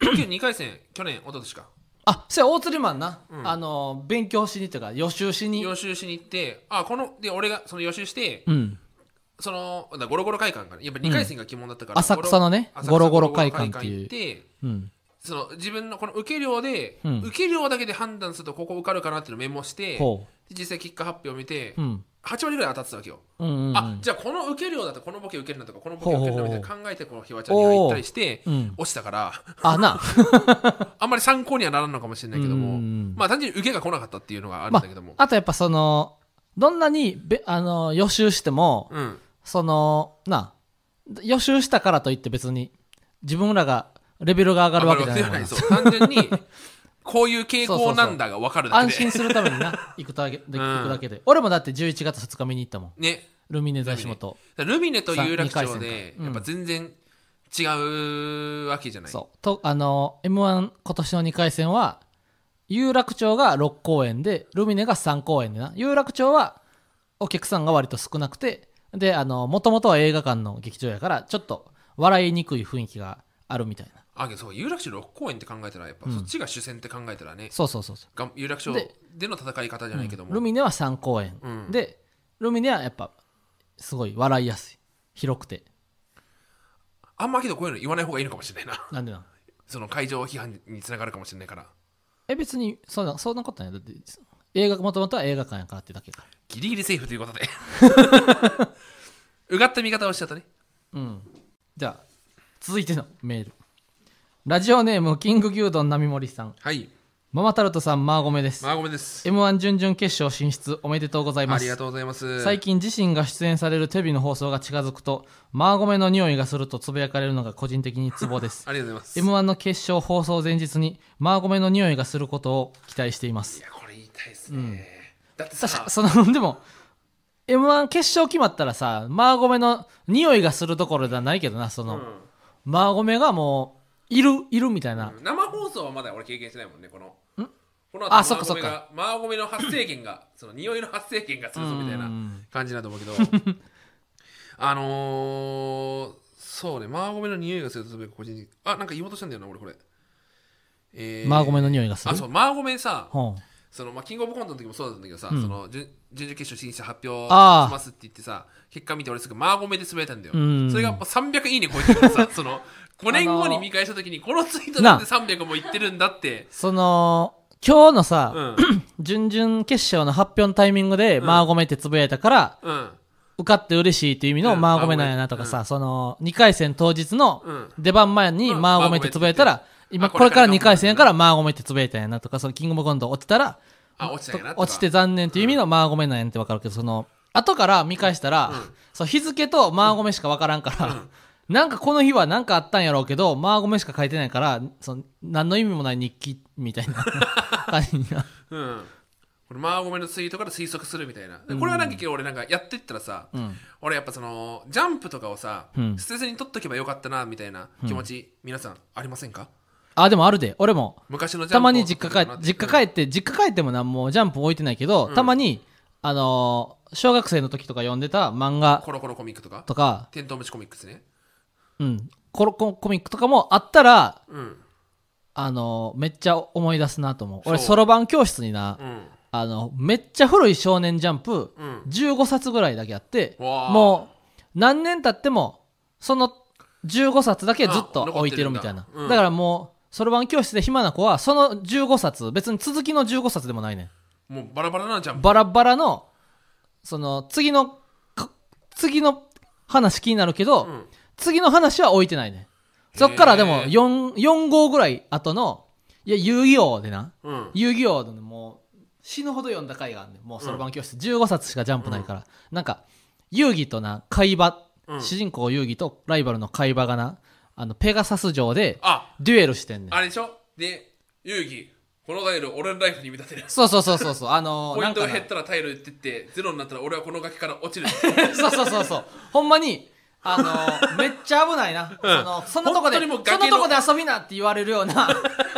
B: 東京2回戦去年一昨年か
A: あそうや大釣りマンな、あの勉強しにというか予習しに
B: 予習しに行ってあこので俺がその予習して、
A: うん
B: そのだゴロゴロ会館からやっぱ2回戦が鬼門だったから、
A: 浅草のね
B: 浅草
A: ゴロゴロ会館っていう
B: ゴロゴロ会館行って
A: うん
B: その自分のこの受け量で、
A: うん
B: 受け量だけで判断するとここ受かるかなっていうのをメモしてで
A: ほ
B: 実際結果発表を見て、
A: ううん
B: 8割ぐらい当たってたわけよ、
A: うんうんうん
B: あじゃあこの受け量だとこのボケ受けるなとかこのボケ受けるなみたいな考えてこのひわちゃんに
A: ほうほう
B: 入
A: ほう
B: ったりして、
A: うん
B: 落ちたから
A: あな
B: あんまり参考にはならんのかもしれないけども、
A: うんうんうん
B: まあ単純に受けが来なかったっていうのがあるん
A: ま
B: だけども、
A: あとやっぱそのどんなにべあの予習しても、
B: うん
A: そのな予習したからといって別に自分らがレベルが上がるわけじゃないもんな
B: そう単純にこういう傾向なんだが分かるだけ
A: 安心
B: で
A: するために な行くだけで行くだけで俺もだって11月2日見に行ったもん
B: ね
A: ルミネ雑誌元
B: ルミネと有楽
A: さ
B: 町
A: 二回
B: で
A: 戦か
B: やっぱ全然違うわけじゃない、
A: そうとあの m 1今年の2回戦は有楽町が6公演でルミネが3公演でな有楽町はお客さんが割と少なくてであの元々は映画館の劇場やからちょっと笑いにくい雰囲気があるみたいな
B: あけどそう有楽町6公演って考えたらやっぱそっちが主戦って考えたらね、
A: そうそうそうそう
B: が有楽町
A: で
B: での戦い方じゃないけども、
A: ルミネは3公演、
B: うん
A: でルミネはやっぱすごい笑いやすい広くて
B: あんまけどこういうの言わない方がいいのかもしれないな
A: なんでなん
B: その会場批判につながるかもしれないから
A: え別にそんなそんなことないだって映画もともとは映画館やからってだけか
B: ギリギリセーフという ことでうがった見方をしちゃったね
A: うんじゃあ続いてのメールラジオネームキング牛丼並盛さん
B: はい
A: ママタルトさんマーゴメです、
B: まあごめんです、
A: m 1準々決勝進出おめでとうございま
B: あ
A: す
B: りがとうございます
A: 最近自身が出演されるテレビの放送が近づくとマーゴメの匂いがするとつぶやかれるのが個人的にツボです
B: ありがとうございます
A: M1 の決勝放送前日にマーゴメの匂いがすることを期待していま
B: い
A: す。
B: やこれ言いたいですね、だってさ
A: 確か、その、でも、M1 決勝決まったらさ、マーゴメの匂いがするところではないけどな、その、
B: う
A: マーゴメがもう、いる、いるみたいな。
B: ん生放送はまだ俺経験してないもんねこのこの後
A: あ
B: マ
A: そっか
B: ーゴメがマーゴメの発生源 がその匂いの発生源がするぞみたいな
A: うん
B: 感じだと思うけど あのー、そうねマーゴメの匂いがするとすべ個人的あなんか言おうとしたんだよな俺これ、え
A: マーゴメの
B: の
A: 匂いがする。
B: あそうマーゴメさ
A: ほう
B: その、まあ、キングオブコントの時もそうだったんだけどさ、
A: うん
B: その準準々決勝進出発表し
A: あー
B: ますって言ってさ結果見て俺すぐマーゴメでつぶやいたんだよ、
A: うん
B: それがもう300いいね超えてるから さその5年後に見返した時にこのツイートなんで300もいってるんだって、
A: その、今日のさ、
B: うん
A: 準々決勝の発表のタイミングで、マーゴメってつぶやいたから、
B: うん、
A: 受かって嬉しいっていう意味の
B: うん
A: マーゴメなんやなとかさ、その、2回戦当日の、出番前に
B: うん
A: マーゴメってつぶやいた
B: マー
A: ら、今
B: あこ
A: こ
B: れ
A: れ
B: か
A: からら2回戦やからマーゴメってつぶやいたんやなとか、そのキングオブコント落ちたら、
B: あ落ちたんやなとか
A: 落ちて残念っていう意味のマーゴメなんやんってわかるけど、その、後から見返したら、そう日付とマーゴメしかわからんから、なんかこの日は何かあったんやろうけど、マーゴメしか書いてないから、その、何の意味もない日記みたい な感じになる。
B: うん、これマーゴメのツイートから推測するみたいなでこれはなんか結構俺なんかやってったらさ、
A: うん。
B: 俺やっぱそのジャンプとかをさ、
A: うん
B: 捨てずに取っとけばよかったなみたいな気持ち、皆さんありませんか
A: あ、でもあるで、俺も。
B: 昔のジャンプ
A: たまに実家帰っ実
B: っ
A: 家帰って実家帰ってもなんもジャンプ置いてないけど、たまにあのー小学生の時とか読んでた漫画
B: コロコロコミックとか
A: とか
B: テントウムシコミックスね
A: うん、コロココミックとかもあったら、
B: うん
A: あのめっちゃ思い出すなと思う俺
B: そう
A: そろばん教室にな、
B: うん
A: あのめっちゃ古い「少年ジャンプ
B: うん」
A: 15冊ぐらいだけあって、
B: わあ
A: もう何年経ってもその15冊だけずっと
B: あ残っ
A: 置い
B: て
A: てる
B: るんだ
A: みたいなだ,、
B: うん
A: からもうそろばん教室で暇な子はその15冊別に続きの15冊でもないねん
B: もうバラバラなジャンプ
A: バラバラのその次のか次の話気になるけど、
B: ん
A: 次の話は置いてないねそっからで
B: へ
A: も
B: ー
A: 4, 4号ぐらい後のいや遊戯王でな
B: うん
A: 遊戯王のもう死ぬほど読んだ回があんねんもうそろばん教室、15冊しかジャンプないから、なんか遊戯とな会話、
B: うん
A: 主人公遊戯とライバルの会話がなあのペガサス城で
B: あ
A: デュエルしてんねん
B: あれでしょで遊戯このタイル俺のライフに見立てる
A: そうそうそうそうそうあのー、
B: ポイ
A: な
B: ン
A: ん
B: ト
A: か
B: が
A: な
B: 減ったらタイルってってゼロになったら俺はこの崖から落ちる
A: そうそうそうそうほんまにあの ー、めっちゃ危ないな、
B: うん
A: そのそんなとこで
B: 本当にもう
A: そ
B: 崖
A: ん
B: の
A: なとこで遊びなって言われるよう な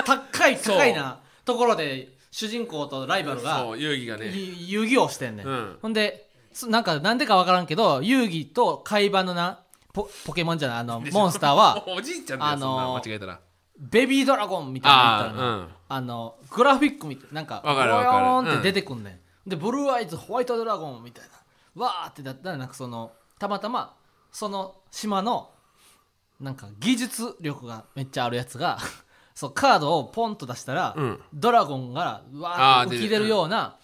A: 高い
B: そう
A: 高いなところで主人公とライバルが
B: そう遊戯がね
A: ゆ遊戯をしてんねん、
B: うん
A: ほんでそなんかなんでかわからんけど遊戯と海馬のなポポケモンじゃないあの
B: でしょ
A: モンスターは
B: おじいちゃんだよ、
A: あのー
B: そんな間違えたら
A: ベビードラゴンみたいなの言ったらな
B: あ
A: あのグラフィックみたいなんか
B: わかるわかる
A: ボヨーンって出てくんねん、でブルーアイズホワイトドラゴンみたいなわーってだったらなんかそのたまたまその島のなんか技術力がめっちゃあるやつが そうカードをポンと出したら、
B: あうんうん
A: ドラゴンがわーって浮き出るような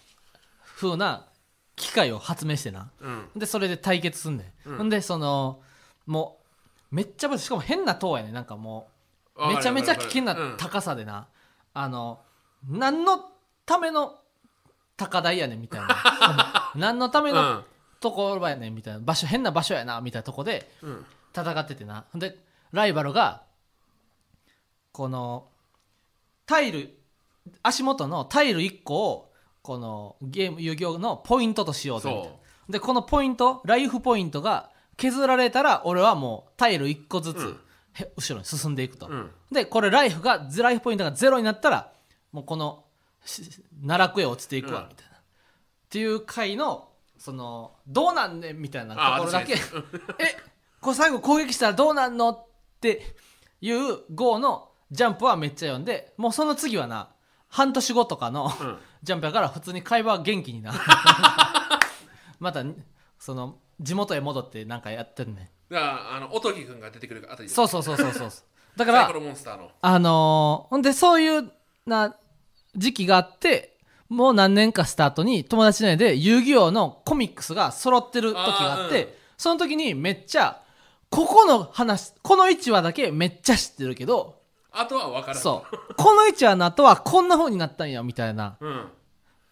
A: 風な機械を発明してな
B: うん
A: でそれで対決すんねん、
B: うん
A: ほんでそのもうめっちゃしかも変な塔やねんなんかもう
B: わかる
A: めちゃめちゃ危険
B: わかるう
A: なん高さでな、あの何のための高台やねんみたいな 何のためのところやねんみたいな場所変な場所やなみたいなとこで
B: うんうん
A: 戦っててなほんでライバルがこのタイル足元のタイル1個をこのゲーム遊戯王のポイントとしようぜみたいな
B: そ
A: でこのポイントライフポイントが削られたら俺はもうタイル1個ずつ、
B: うん
A: へ後ろに進んでいくと、
B: ううん
A: でこれライフがゼライフポイントがゼロになったらもうこのし奈落へ落ちていくわ
B: うん
A: みたいな、っていう回のそのどうなんねんみたいなところだけ
B: あ
A: えこれ最後攻撃したらどうなんのっていう GO のジャンプはめっちゃ読んでもうその次はな半年後とかの
B: うん
A: ジャンプやから普通に会話は元気に なまたその地元へ戻ってなんかやってるね
B: だからあのおとぎくんが出てくるあたり
A: そううそうそうそうそうだか
B: サイ
A: ら
B: コロモンスターの
A: あのーほんでそういうな時期があってもう何年かした後に友達の家で遊戯王のコミックスが揃ってる時があって
B: あーうん
A: その時にめっちゃここの話この1話だけめっちゃ知ってるけど
B: あとは分からん
A: そうこの1話の後はこんな風になったんやみたいな
B: ううん
A: っ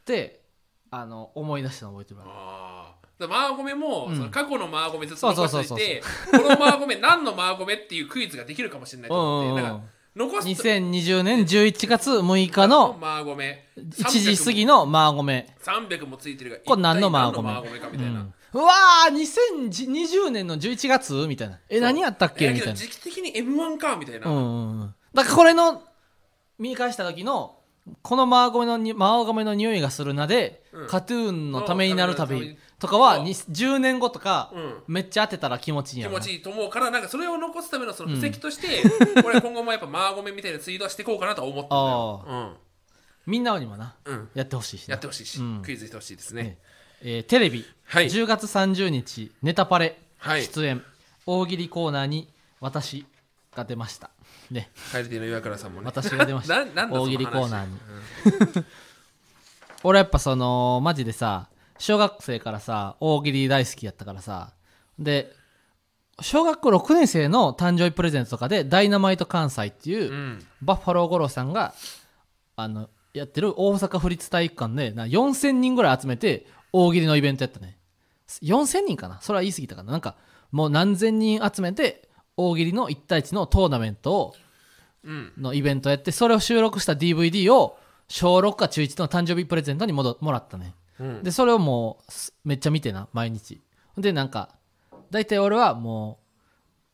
A: てあの思い出したの覚えてます
B: ああだからマーゴメも、
A: うん
B: その過去のマーゴメずっと残
A: そう
B: し
A: そ
B: と
A: う
B: い
A: そう
B: てこのマーゴメ何のマーゴメっていうクイズができるかもしれないと思って
A: うんうんうん
B: だから残す
A: 2020年11月6日の
B: マーゴメ
A: 1時過ぎ
B: の
A: のマーゴメ
B: 300もついてるが
A: これ何のマーゴメ
B: 一体何のマーゴメかみたいな、
A: うんうわー2020年の11月みたいなえ何やったっけ
B: や
A: み
B: け
A: た
B: ど
A: いな
B: 時期的に M1 かみたいな、
A: うんうんうんだからこれの見返した時のこのマーゴメのにマーゴメの匂いがするなで、
B: うん
A: カトゥーンのためになる
B: うんためにな
A: 旅
B: る
A: とかは
B: そう
A: に10年後とか、
B: うん
A: めっちゃ当てたら気持ちいいん
B: 気
A: やろ
B: 持
A: な
B: ちいいと思うからなんかそれを残すためのその布石として、これ今後もやっぱマーゴメみたいなツイートはしていこうかなとは思って
A: あ
B: るよ、
A: みんなにもな
B: うんうん、
A: やってほしいしな
B: やってほしいし、
A: うん
B: クイズしてほしいですね
A: ねえーテレビ、
B: はい
A: 10月30日ネタパレ
B: はい
A: 出演、大喜利コーナーに私が出ましたね
B: カエルティの岩倉さんもね
A: 私が出ました
B: ななんだその話
A: 大喜利コーナーに 俺やっぱそのマジでさ小学生からさ大喜利大好きやったからさで小学校6年生の誕生日プレゼントとかで「ダイナマイト関西」っていう、
B: うんうん
A: バッファロー五郎さんがあのやってる大阪府立体育館でな4000人ぐらい集めて大喜利のイベントやったね4000人かなそれは言い過ぎたかななんかもう何千人集めて大喜利の1対1のトーナメントを
B: うん
A: のイベントやってそれを収録した DVD を小6か中1の誕生日プレゼントにもどもらったね
B: うん
A: でそれをもうすめっちゃ見てな毎日でなんか大体俺はも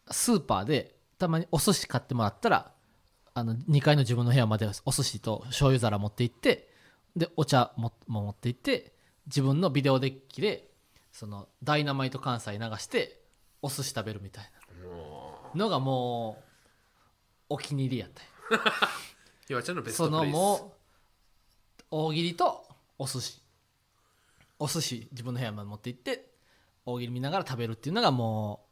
A: うスーパーでたまにお寿司買ってもらったらあの2階の自分の部屋までお寿司と醤油皿持って行ってでお茶もも持って行って自分のビデオデッキでその「ダイナマイト関西」流してお寿司食べるみたいなのがもうお気に入りやったよ
B: 岩ちゃんのベス
A: そ
B: トプ
A: の
B: レイス
A: もう大喜利とお寿司お寿司自分の部屋まで持って行って大喜利見ながら食べるっていうのがも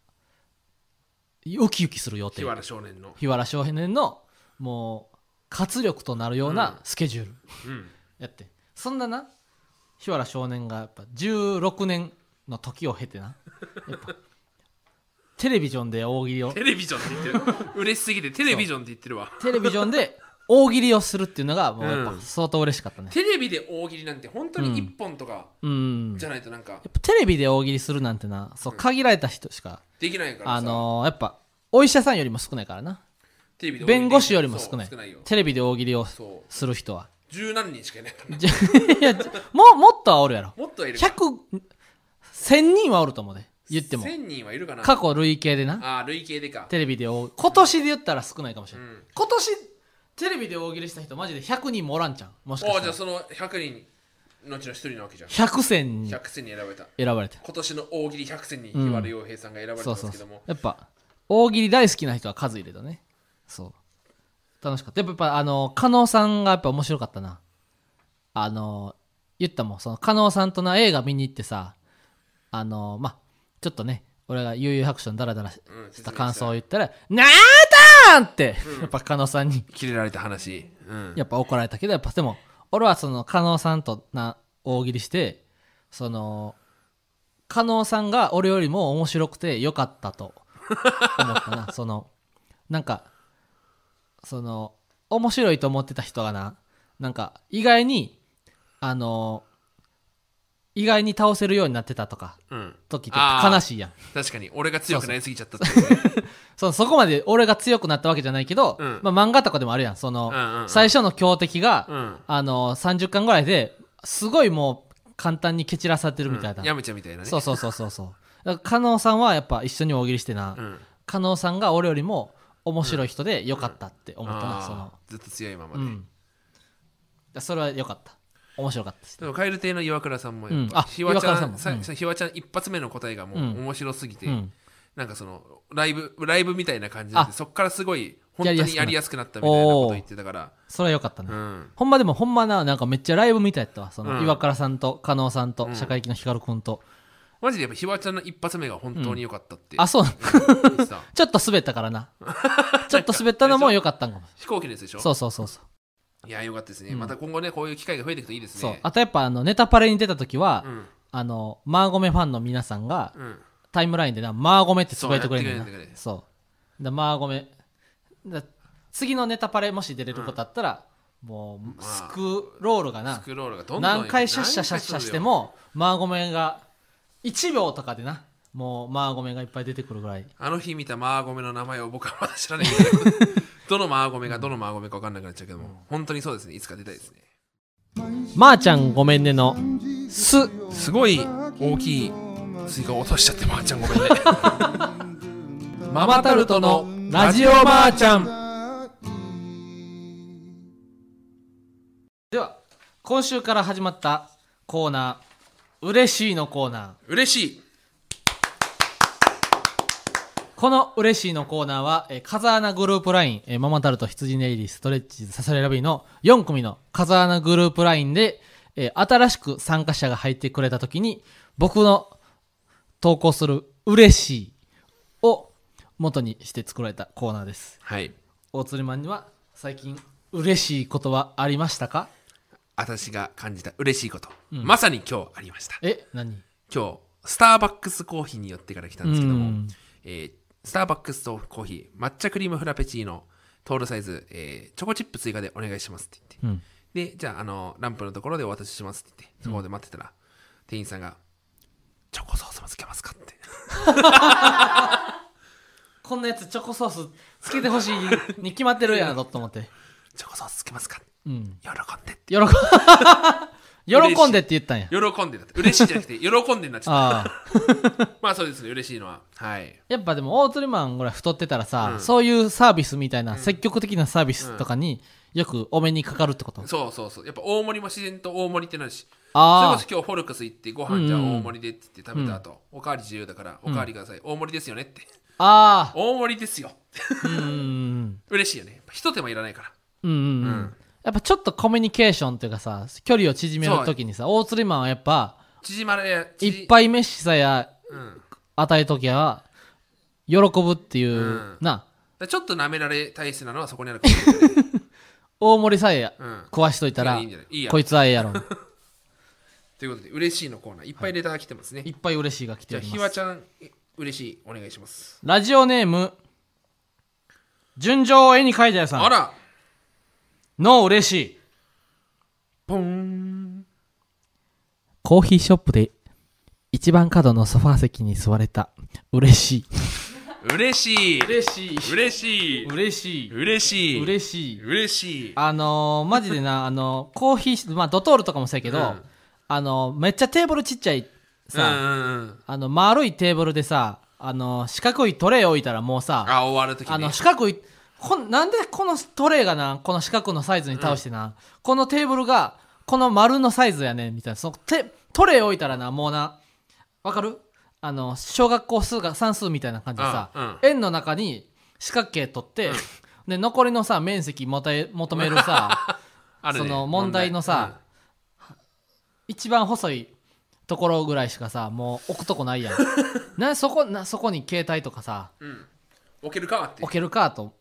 A: うウキウキする予定
B: 日原少年の、
A: 日原少年のもう活力となるよう
B: うん
A: なスケジュール
B: うん、
A: やって、そんなな日原少年がやっぱ16年の時を経て なやっぱテレビジョンで大喜利を
B: テレビジョンって言ってる嬉しすぎてテレビジョンって言ってるわ
A: テレビジョンで大喜利をするっていうのがもうやっ
B: う
A: ぱ
B: ん
A: 相当嬉しかったね、
B: テレビで大喜利なんて本当に1本とか
A: うん
B: じゃないとなんか
A: やっぱテレビで大喜利するなんてなそう限られた人しか、
B: できないからさ
A: あのーやっぱお医者さんよりも少ないからな
B: テレビで大喜利
A: 弁護士よりも少ない
B: そう少ないよ
A: テレビで大喜利を
B: そう
A: する人は
B: 十何人しかいないからな
A: じゃいやじゃもうもっとはおるやろ
B: もっとはいるか
A: 100 1000人はおると思うで言っても
B: 1000人はいるかな
A: 過去累計でな
B: ああ累計でか
A: テレビで大今年で言ったら少ないかもし
B: う
A: れない、
B: ん
A: 今年テレビで大喜利した人マジで100人もおらんちゃんもしか
B: お
A: し
B: ーじ
A: た
B: ゃ
A: ら
B: あその100人のうちの1人なわけじゃん
A: 100選に
B: 100選に選ばれた
A: 選ばれて
B: 今年の大喜利100選に日原洋平さんが選ばれた
A: そ
B: ん
A: う
B: で
A: そ
B: す
A: う
B: け
A: そ
B: ど
A: う
B: も
A: やっぱ大喜利大好きな人は数入れたねそう楽しかったやっぱやっぱあの加納さんがやっぱ面白かったなあの言ったもんその加納さんとな映画見に行ってさあのまあちょっとね俺が悠々白書のダラダラし
B: うん説明した
A: た感想を言ったら「なーたーん!」って、やっぱ加納さんに
B: 切れられた話うん
A: やっぱ怒られたけどやっぱでも俺はその加納さんとな大喜利してその加納さんが俺よりも面白くてよかったと思った なそのなんかその面白いと思ってた人がななんか意外にあの意外に倒せるようになってたとか
B: うん
A: 時って
B: あー
A: 悲しいやん
B: 確かに俺が強くなりすぎちゃったってことね
A: そのそこまで俺が強くなったわけじゃないけど、
B: うん
A: まあ、漫画とかでもあるやんその、
B: うんうんうん
A: 最初の強敵が、
B: うん
A: あの30巻ぐらいですごいもう簡単に蹴散らされてるみたいな、
B: やめちゃんみたいなね
A: そうそうそうそうそうだから加納さんはやっぱ一緒に大喜利してな、
B: うん
A: 加納さんが俺よりも面白い人でよかったって思ったな、そ
B: あ
A: の
B: ーずっと強いまま
A: う
B: で
A: んだからそれはよかった面白かったし
B: でも蛙亭の岩倉さんも
A: うん
B: やっぱ
A: あ
B: ひわち
A: 岩倉
B: ゃ
A: さん
B: ん
A: も
B: さ
A: うん
B: さひわちゃん一発目の答えがもう
A: うん
B: 面白すぎて
A: うん
B: なんかそのライブライブみたいな感じになって
A: あ
B: そっからすごい本当にや
A: や
B: り
A: り
B: や
A: や
B: すくなったみたいなこと言ってたから
A: それはよかったね、
B: うん
A: ほんまでもほんまななんかめっちゃライブみたいやったわその、
B: うん
A: 岩倉さんと加納さん
B: う
A: と
B: ん
A: 社会人の光くんと、
B: マジでやっぱひわちゃんの一発目が本当に良かったって
A: あそう
B: 言ってた
A: ちょっと滑ったから な。ちょっと滑ったのも良かったんかも。
B: 飛行機のやつでしょ
A: そうそうそうそう。
B: いや良かったですね
A: うん
B: また今後ねこういう機会が増えていくといいです
A: そう
B: ね
A: あとやっぱあのネタパレに出た時は、
B: うん
A: あのマーゴメファンの皆さんが
B: うん
A: タイムラインでなマーゴメってつぶやいてくれるん
B: そうやってくれる
A: だな
B: んだね
A: そうだマーゴメだ次のネタパレもし出れることあったら、もう
B: あ
A: スクロールがな
B: スクロールがどんどん
A: 何回シャッシャシャッシャしてもマーゴメが1秒とかでなもうマーゴメがいっぱい出てくるぐらい
B: あの日見たマーゴメの名前を僕はまだ知らないけどどのマーゴメがどのマーゴメか分かんなくなっちゃうけども本当にそうですねいつか出たいですね
A: まー、ちゃんごめんねのす
B: すごい大きいスイカを落としちゃってまーちゃんごめん ねママタルトのラジオまーちゃん
A: では今週から始まったコーナー「嬉しい」のコーナ
B: 嬉しい
A: ーこの「嬉しい」のコーナーは、えー、風穴グループライン、えーママタルト羊ネイリーストレッチーズササレラビーの4組の風穴グループラインで、えー新しく参加者が入ってくれた時に僕の投稿する「嬉しい」を元にして作られたコーナーです
B: はい
A: 大鶴マンには最近嬉しいことはありましたか
B: 私が感じた嬉しいこと、
A: うん
B: まさに今日ありました
A: え何
B: 今日スターバックスコーヒーに寄ってから来たんですけども、
A: うん
B: えースターバックスとコーヒー抹茶クリームフラペチーノトールサイズ、えーチョコチップ追加でお願いしますって言って、
A: うん
B: で、じゃあ、あの、ランプのところでお渡ししますって言って、そこで待ってたら、店員さんが、チョコソースもつけますかって。
A: こんなやつチョコソースつけてほしいに決まってるやろと思って。
B: チョコソースつけますか
A: うん。
B: 喜んでって。
A: 喜ん、 喜んでって言ったんや。
B: 喜んでだって。嬉しいじゃな くて、喜んでになっちゃっ
A: ああ。
B: た。まあそうですね、嬉しいのは。はい。
A: やっぱでも、大鳥マンぐらい太ってたらさ、
B: うん
A: そういうサービスみたいな、積極的なサービスとかによくお目にかかるってこと。
B: そうそうそう。やっぱ大盛りも自然と大盛りってなるし、それこ
A: あ
B: そ今日フォルクス行って、ご飯じゃあ
A: うんうん
B: 大盛りでって言って食べた後、おかわり自由だから、おかわりください。大盛りですよねって。
A: あ。ああ。
B: 大盛りですよ。
A: うんうん
B: 嬉しいよね。やっぱ一手間いらないから。
A: うん。うんうんうん
B: うん
A: やっぱちょっとコミュニケーションというかさ、距離を縮めるときにさ、大鳥マンはやっぱ、
B: 縮まれ、縮
A: いっぱい飯さや
B: うん。
A: 与えときは、喜ぶっていう、
B: ん
A: な、
B: だからちょっと舐められ体質なのはそこにあるかもしれない。
A: 大盛りさえ
B: うん。
A: 食わしといたら
B: いいんじゃないいいや
A: こいつはええ やろ
B: ということで、嬉しいのコーナー、いっぱいレター来てますね。
A: いっぱい嬉しいが来
B: じ
A: てお
B: ゃあ、
A: り
B: ひ
A: ま
B: わ
A: す
B: ちゃん、い嬉しい、お願いします。
A: ラジオネーム純情を絵に描いたやさ
B: あ
A: ん
B: ら、
A: の嬉しい
B: ポン。
A: コーヒーショップで一番角のソファー席に座れた嬉しい
B: 嬉しい
A: 嬉しい
B: 嬉しい
A: 嬉しい
B: 嬉しい
A: 嬉しい
B: 嬉しい
A: あのーマジでなあのーコーヒーまあドトールとかもそうやけど、
B: うん
A: あのーめっちゃテーブルちっちゃいさ、
B: うんうんうん
A: あの丸いテーブルでさあの四角いトレイ置いたらもうさあ
B: あ終わる時ね
A: の四角いこんなんでこのトレイがなこの四角のサイズに倒してな、このテーブルがこの丸のサイズやねんみたいなそのテトレイ置いたらなもうなわかるあの小学校数学算数みたいな感じでさ、
B: うん
A: 円の中に四角形取って、で残りのさ面積もたえ求める さ
B: あるね
A: その問題のさ、一番細いところぐらいしかさもう置くとこない やんなそこなそこに携帯とかさ
B: うんうん置けるかって
A: 置けるかと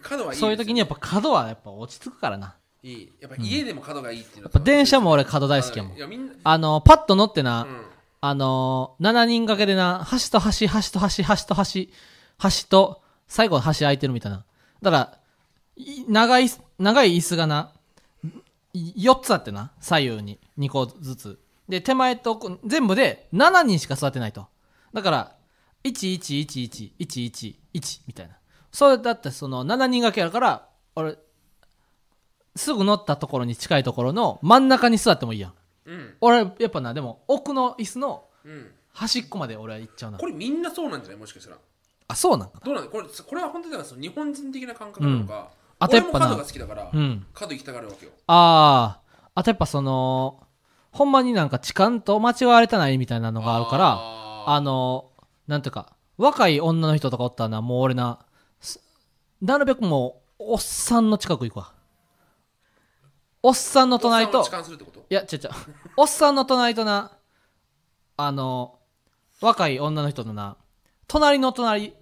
B: 角はいいです
A: そういう時にやっぱ角はやっぱ落ち着くからない
B: いやっぱ家でも角がいいっていうの
A: やっぱ電車
B: も
A: も俺角大好きやもん
B: いやみんな
A: あのパッと乗ってな、
B: うん
A: あのー、7人掛けでな端と端端と端端と端端と最後の端空いてるみたいなだからい長い長い椅子がない4つあってな左右に2個ずつで手前とこ全部で7人しか座ってないとだから11111111みたいなそれだってその7人掛けやから俺すぐ乗ったところに近いところの真ん中に座ってもいいやん
B: うん
A: 俺やっぱなでも奥の椅子の
B: うん
A: 端っこまで俺は行っちゃうな
B: これみんなそうなんじゃないもしかしたら
A: あそうなんか
B: どうなんこれこれは本当にだからその日本人的な感覚なのか、
A: あと
B: 俺
A: やっ
B: も
A: ぱな
B: 角が好きだから、
A: うん
B: 角行きたがるわけよ
A: あああとやっぱそのほんまになんか痴漢と間違われたないみたいなのがあるからあ
B: あ
A: のなんていうか若い女の人とかおったらなもう俺なすなるべくもうおっさんの近く行くわおっさんの
B: ー
A: 隣
B: お
A: と
B: っさんを痴漢するってこと
A: いや違う違うおっさんの隣となあの若い女の人のな隣の隣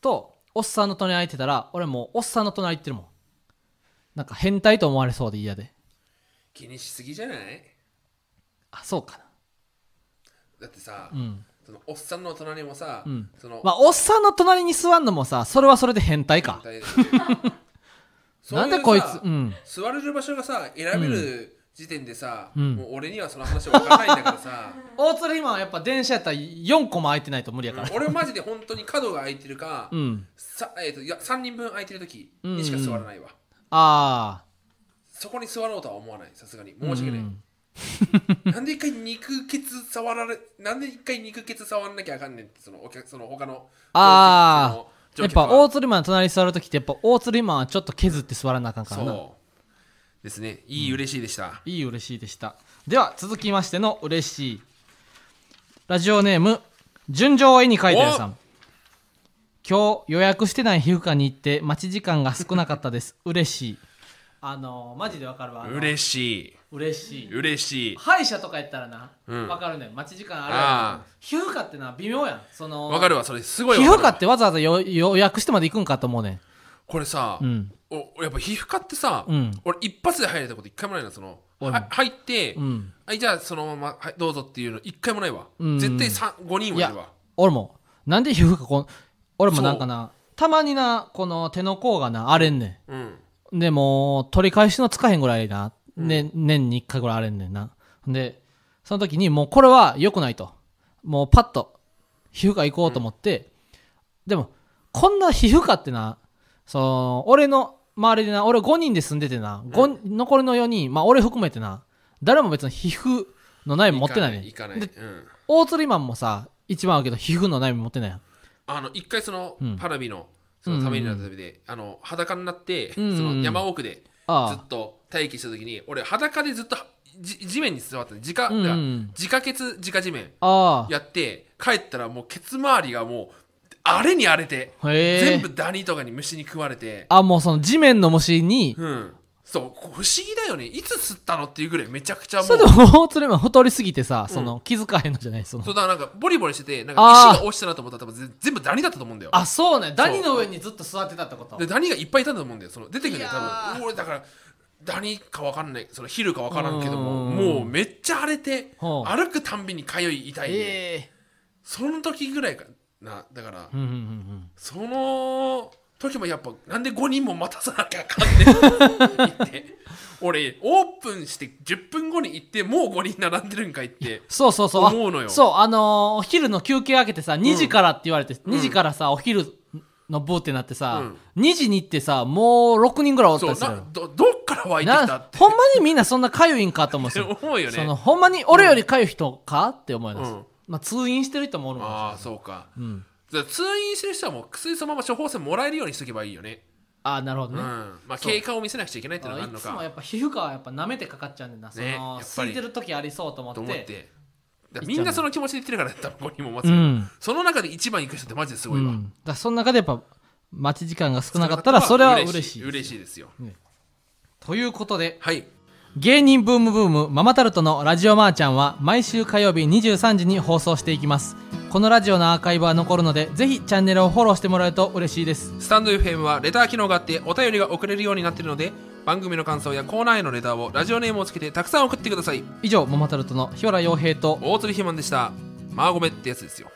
A: とおっさんの隣空いてたら俺もうおっさんの隣行ってるもんなんか変態と思われそうで嫌で
B: 気にしすぎじゃない
A: あそうか
B: だって
A: な
B: さ、
A: うん
B: そのおっさんの隣もさ、
A: うん
B: その、
A: まあおっさんの隣に座んのもさそれはそれで変態か
B: 反対でそう
A: な
B: いうんさ
A: でこいつうん
B: 座れる場所がさ選べる時点でさ、
A: うん
B: もう俺にはその話わからないんだからさ、
A: 大鶴ひまはやっぱ電車やったら4個も空いてないと無理やから
B: 俺マジで本当に角が空いてるか、
A: うん
B: さえー、といや3人分空いてる時にしか座らないわ、
A: ああ
B: そこに座ろうとは思わないさすがに申し訳ない、
A: うん
B: なんで一回肉血触られなんで一回肉血触らなきゃあかんねんってそのお客その他の
A: あー
B: そ
A: やっ
B: の乗客は
A: ぱ大鶴ひまの隣に座るときってやっぱ大鶴ひまはちょっと削って座らなあかんからな
B: そうですねいい嬉しいでした、
A: いい嬉しいでしたでは続きましての嬉しいラジオネーム純情を絵に描いたやさん今日予約してない皮膚科に行って待ち時間が少なかったです 嬉しいあのーマジでわかるわあの
B: 嬉しい
A: 嬉しい
B: 嬉しい
A: 歯医者とかやったらな、
B: うん
A: わかるねん待ち時間あるや
B: あ
A: ん皮膚科ってな微妙やんその
B: わかるわそれすごい
A: 皮膚
B: わかる
A: 科
B: わ
A: ってわざわざよ予約してまで行くんかと思うねん
B: これさ、
A: うん
B: おやっぱ皮膚科ってさ、
A: うん
B: 俺一発で入れたこと一回もないなその
A: 俺も
B: は入って、
A: うん
B: はいじゃあそのまま、はい、どうぞっていうの一回もないわ、
A: うん
B: 絶対さ5人はい
A: や
B: いるわ
A: 俺もなんで皮膚科こん俺もなんかなたまになこの手の甲がな荒れんねん
B: うん
A: でもう取り返しのつかへんぐらいな、ね年に1回ぐらいあれんねんなでその時にもうこれは良くないともうパッと皮膚科行こうと思って、でもこんな皮膚科ってなその俺の周りでな俺5人で住んでてな、五人残りの4人、まあ、俺含めてな誰も別に皮膚の悩み持ってないねん
B: 行かない行
A: で
B: かない、うん、
A: 大釣りマンもさ一番あるけど皮膚の悩み持ってないやん
B: あの一回その
A: うん
B: 花火のそのためになった時で、あの裸になって、
A: うんうんうん
B: その山奥でず
A: あ
B: っと待機した時に俺裸でずっとじ地面に座って直
A: あ、うんう
B: だから
A: ん、
B: 直血直地面
A: あ
B: やって帰ったらもうケツ周りがもうあれに荒れて、
A: あへえ
B: 全部ダニとかに虫に食われて
A: あもうその地面の虫に
B: うんそう不思議だよねいつ吸ったのっていうぐらいめちゃくちゃもう
A: それでも大鶴マン太りすぎてさその気づかへんのじゃないその
B: そうだからなんかボリボリしててなんか
A: あー
B: 石が落ちたなと思ったら多分全部ダニだったと思うんだ よ
A: あそうねダニの上にずっと座ってたってこと
B: でダニがいっぱいいたんだと思うんだよその出てく
A: い
B: るよ
A: や
B: 多分俺だからダニかわかんないその昼かわからんけども
A: うん
B: もうめっちゃ荒れて
A: ほう
B: 歩くたんびに通い痛いね、
A: ええ
B: その時ぐらいかなだから
A: うんうんうんうん
B: その時もやっぱなんで5人も待たさなきゃあ かんねん言って俺オープンして10分後に行ってもう5人並んでるんかいって
A: そうそうそうあ
B: 思うのよ
A: そうあのーお昼の休憩開けてさ2時からって言われて、2時からさお昼のブーってなってさ、2時に行ってさもう6人ぐらいおった
B: そう
A: りする
B: など どっから湧いてきた
A: な
B: って
A: ほんまにみんなそんなかゆいんか と思うし
B: 思うよ
A: そ
B: ね
A: のほんまに俺よりかゆい人かって思います、
B: うん
A: まあ、通院してる人もおるもん
B: ああそうか
A: うん、
B: だから通院してる人はもう薬そのまま処方箋もらえるようにしとけばいいよね
A: ああなるほど
B: う
A: ね、
B: ん
A: あ
B: まあ
A: そう
B: 経過を見せなくちゃいけないっていうのがあ
A: い
B: るの
A: つも
B: か
A: やっぱ皮膚科はやっぱ舐めてかかっちゃうんだな、そ
B: ねや
A: の
B: っぱり
A: 空いてる時ありそうと思って
B: と思ってだからみんなその気持ちで言ってるから多分5人も待
A: う
B: つよ、
A: ん、
B: その中で一番行く人ってマジですご
A: う
B: いわ、
A: ん、だからその中でやっぱ待ち時間が少なかったらそれは嬉しい
B: 嬉しいですよ
A: ということで
B: はい
A: 芸人ブームブームママタルトのラジオマーちゃんは毎週火曜日23時に放送していきますこのラジオのアーカイブは残るのでぜひチャンネルをフォローしてもらえると嬉しいです
B: スタンド FM はレター機能があってお便りが送れるようになっているので番組の感想やコーナーへのレターをラジオネームをつけてたくさん送ってください
A: 以上ママタルトの日原洋平と
B: 大鶴ひまんでしたマーゴメってやつですよ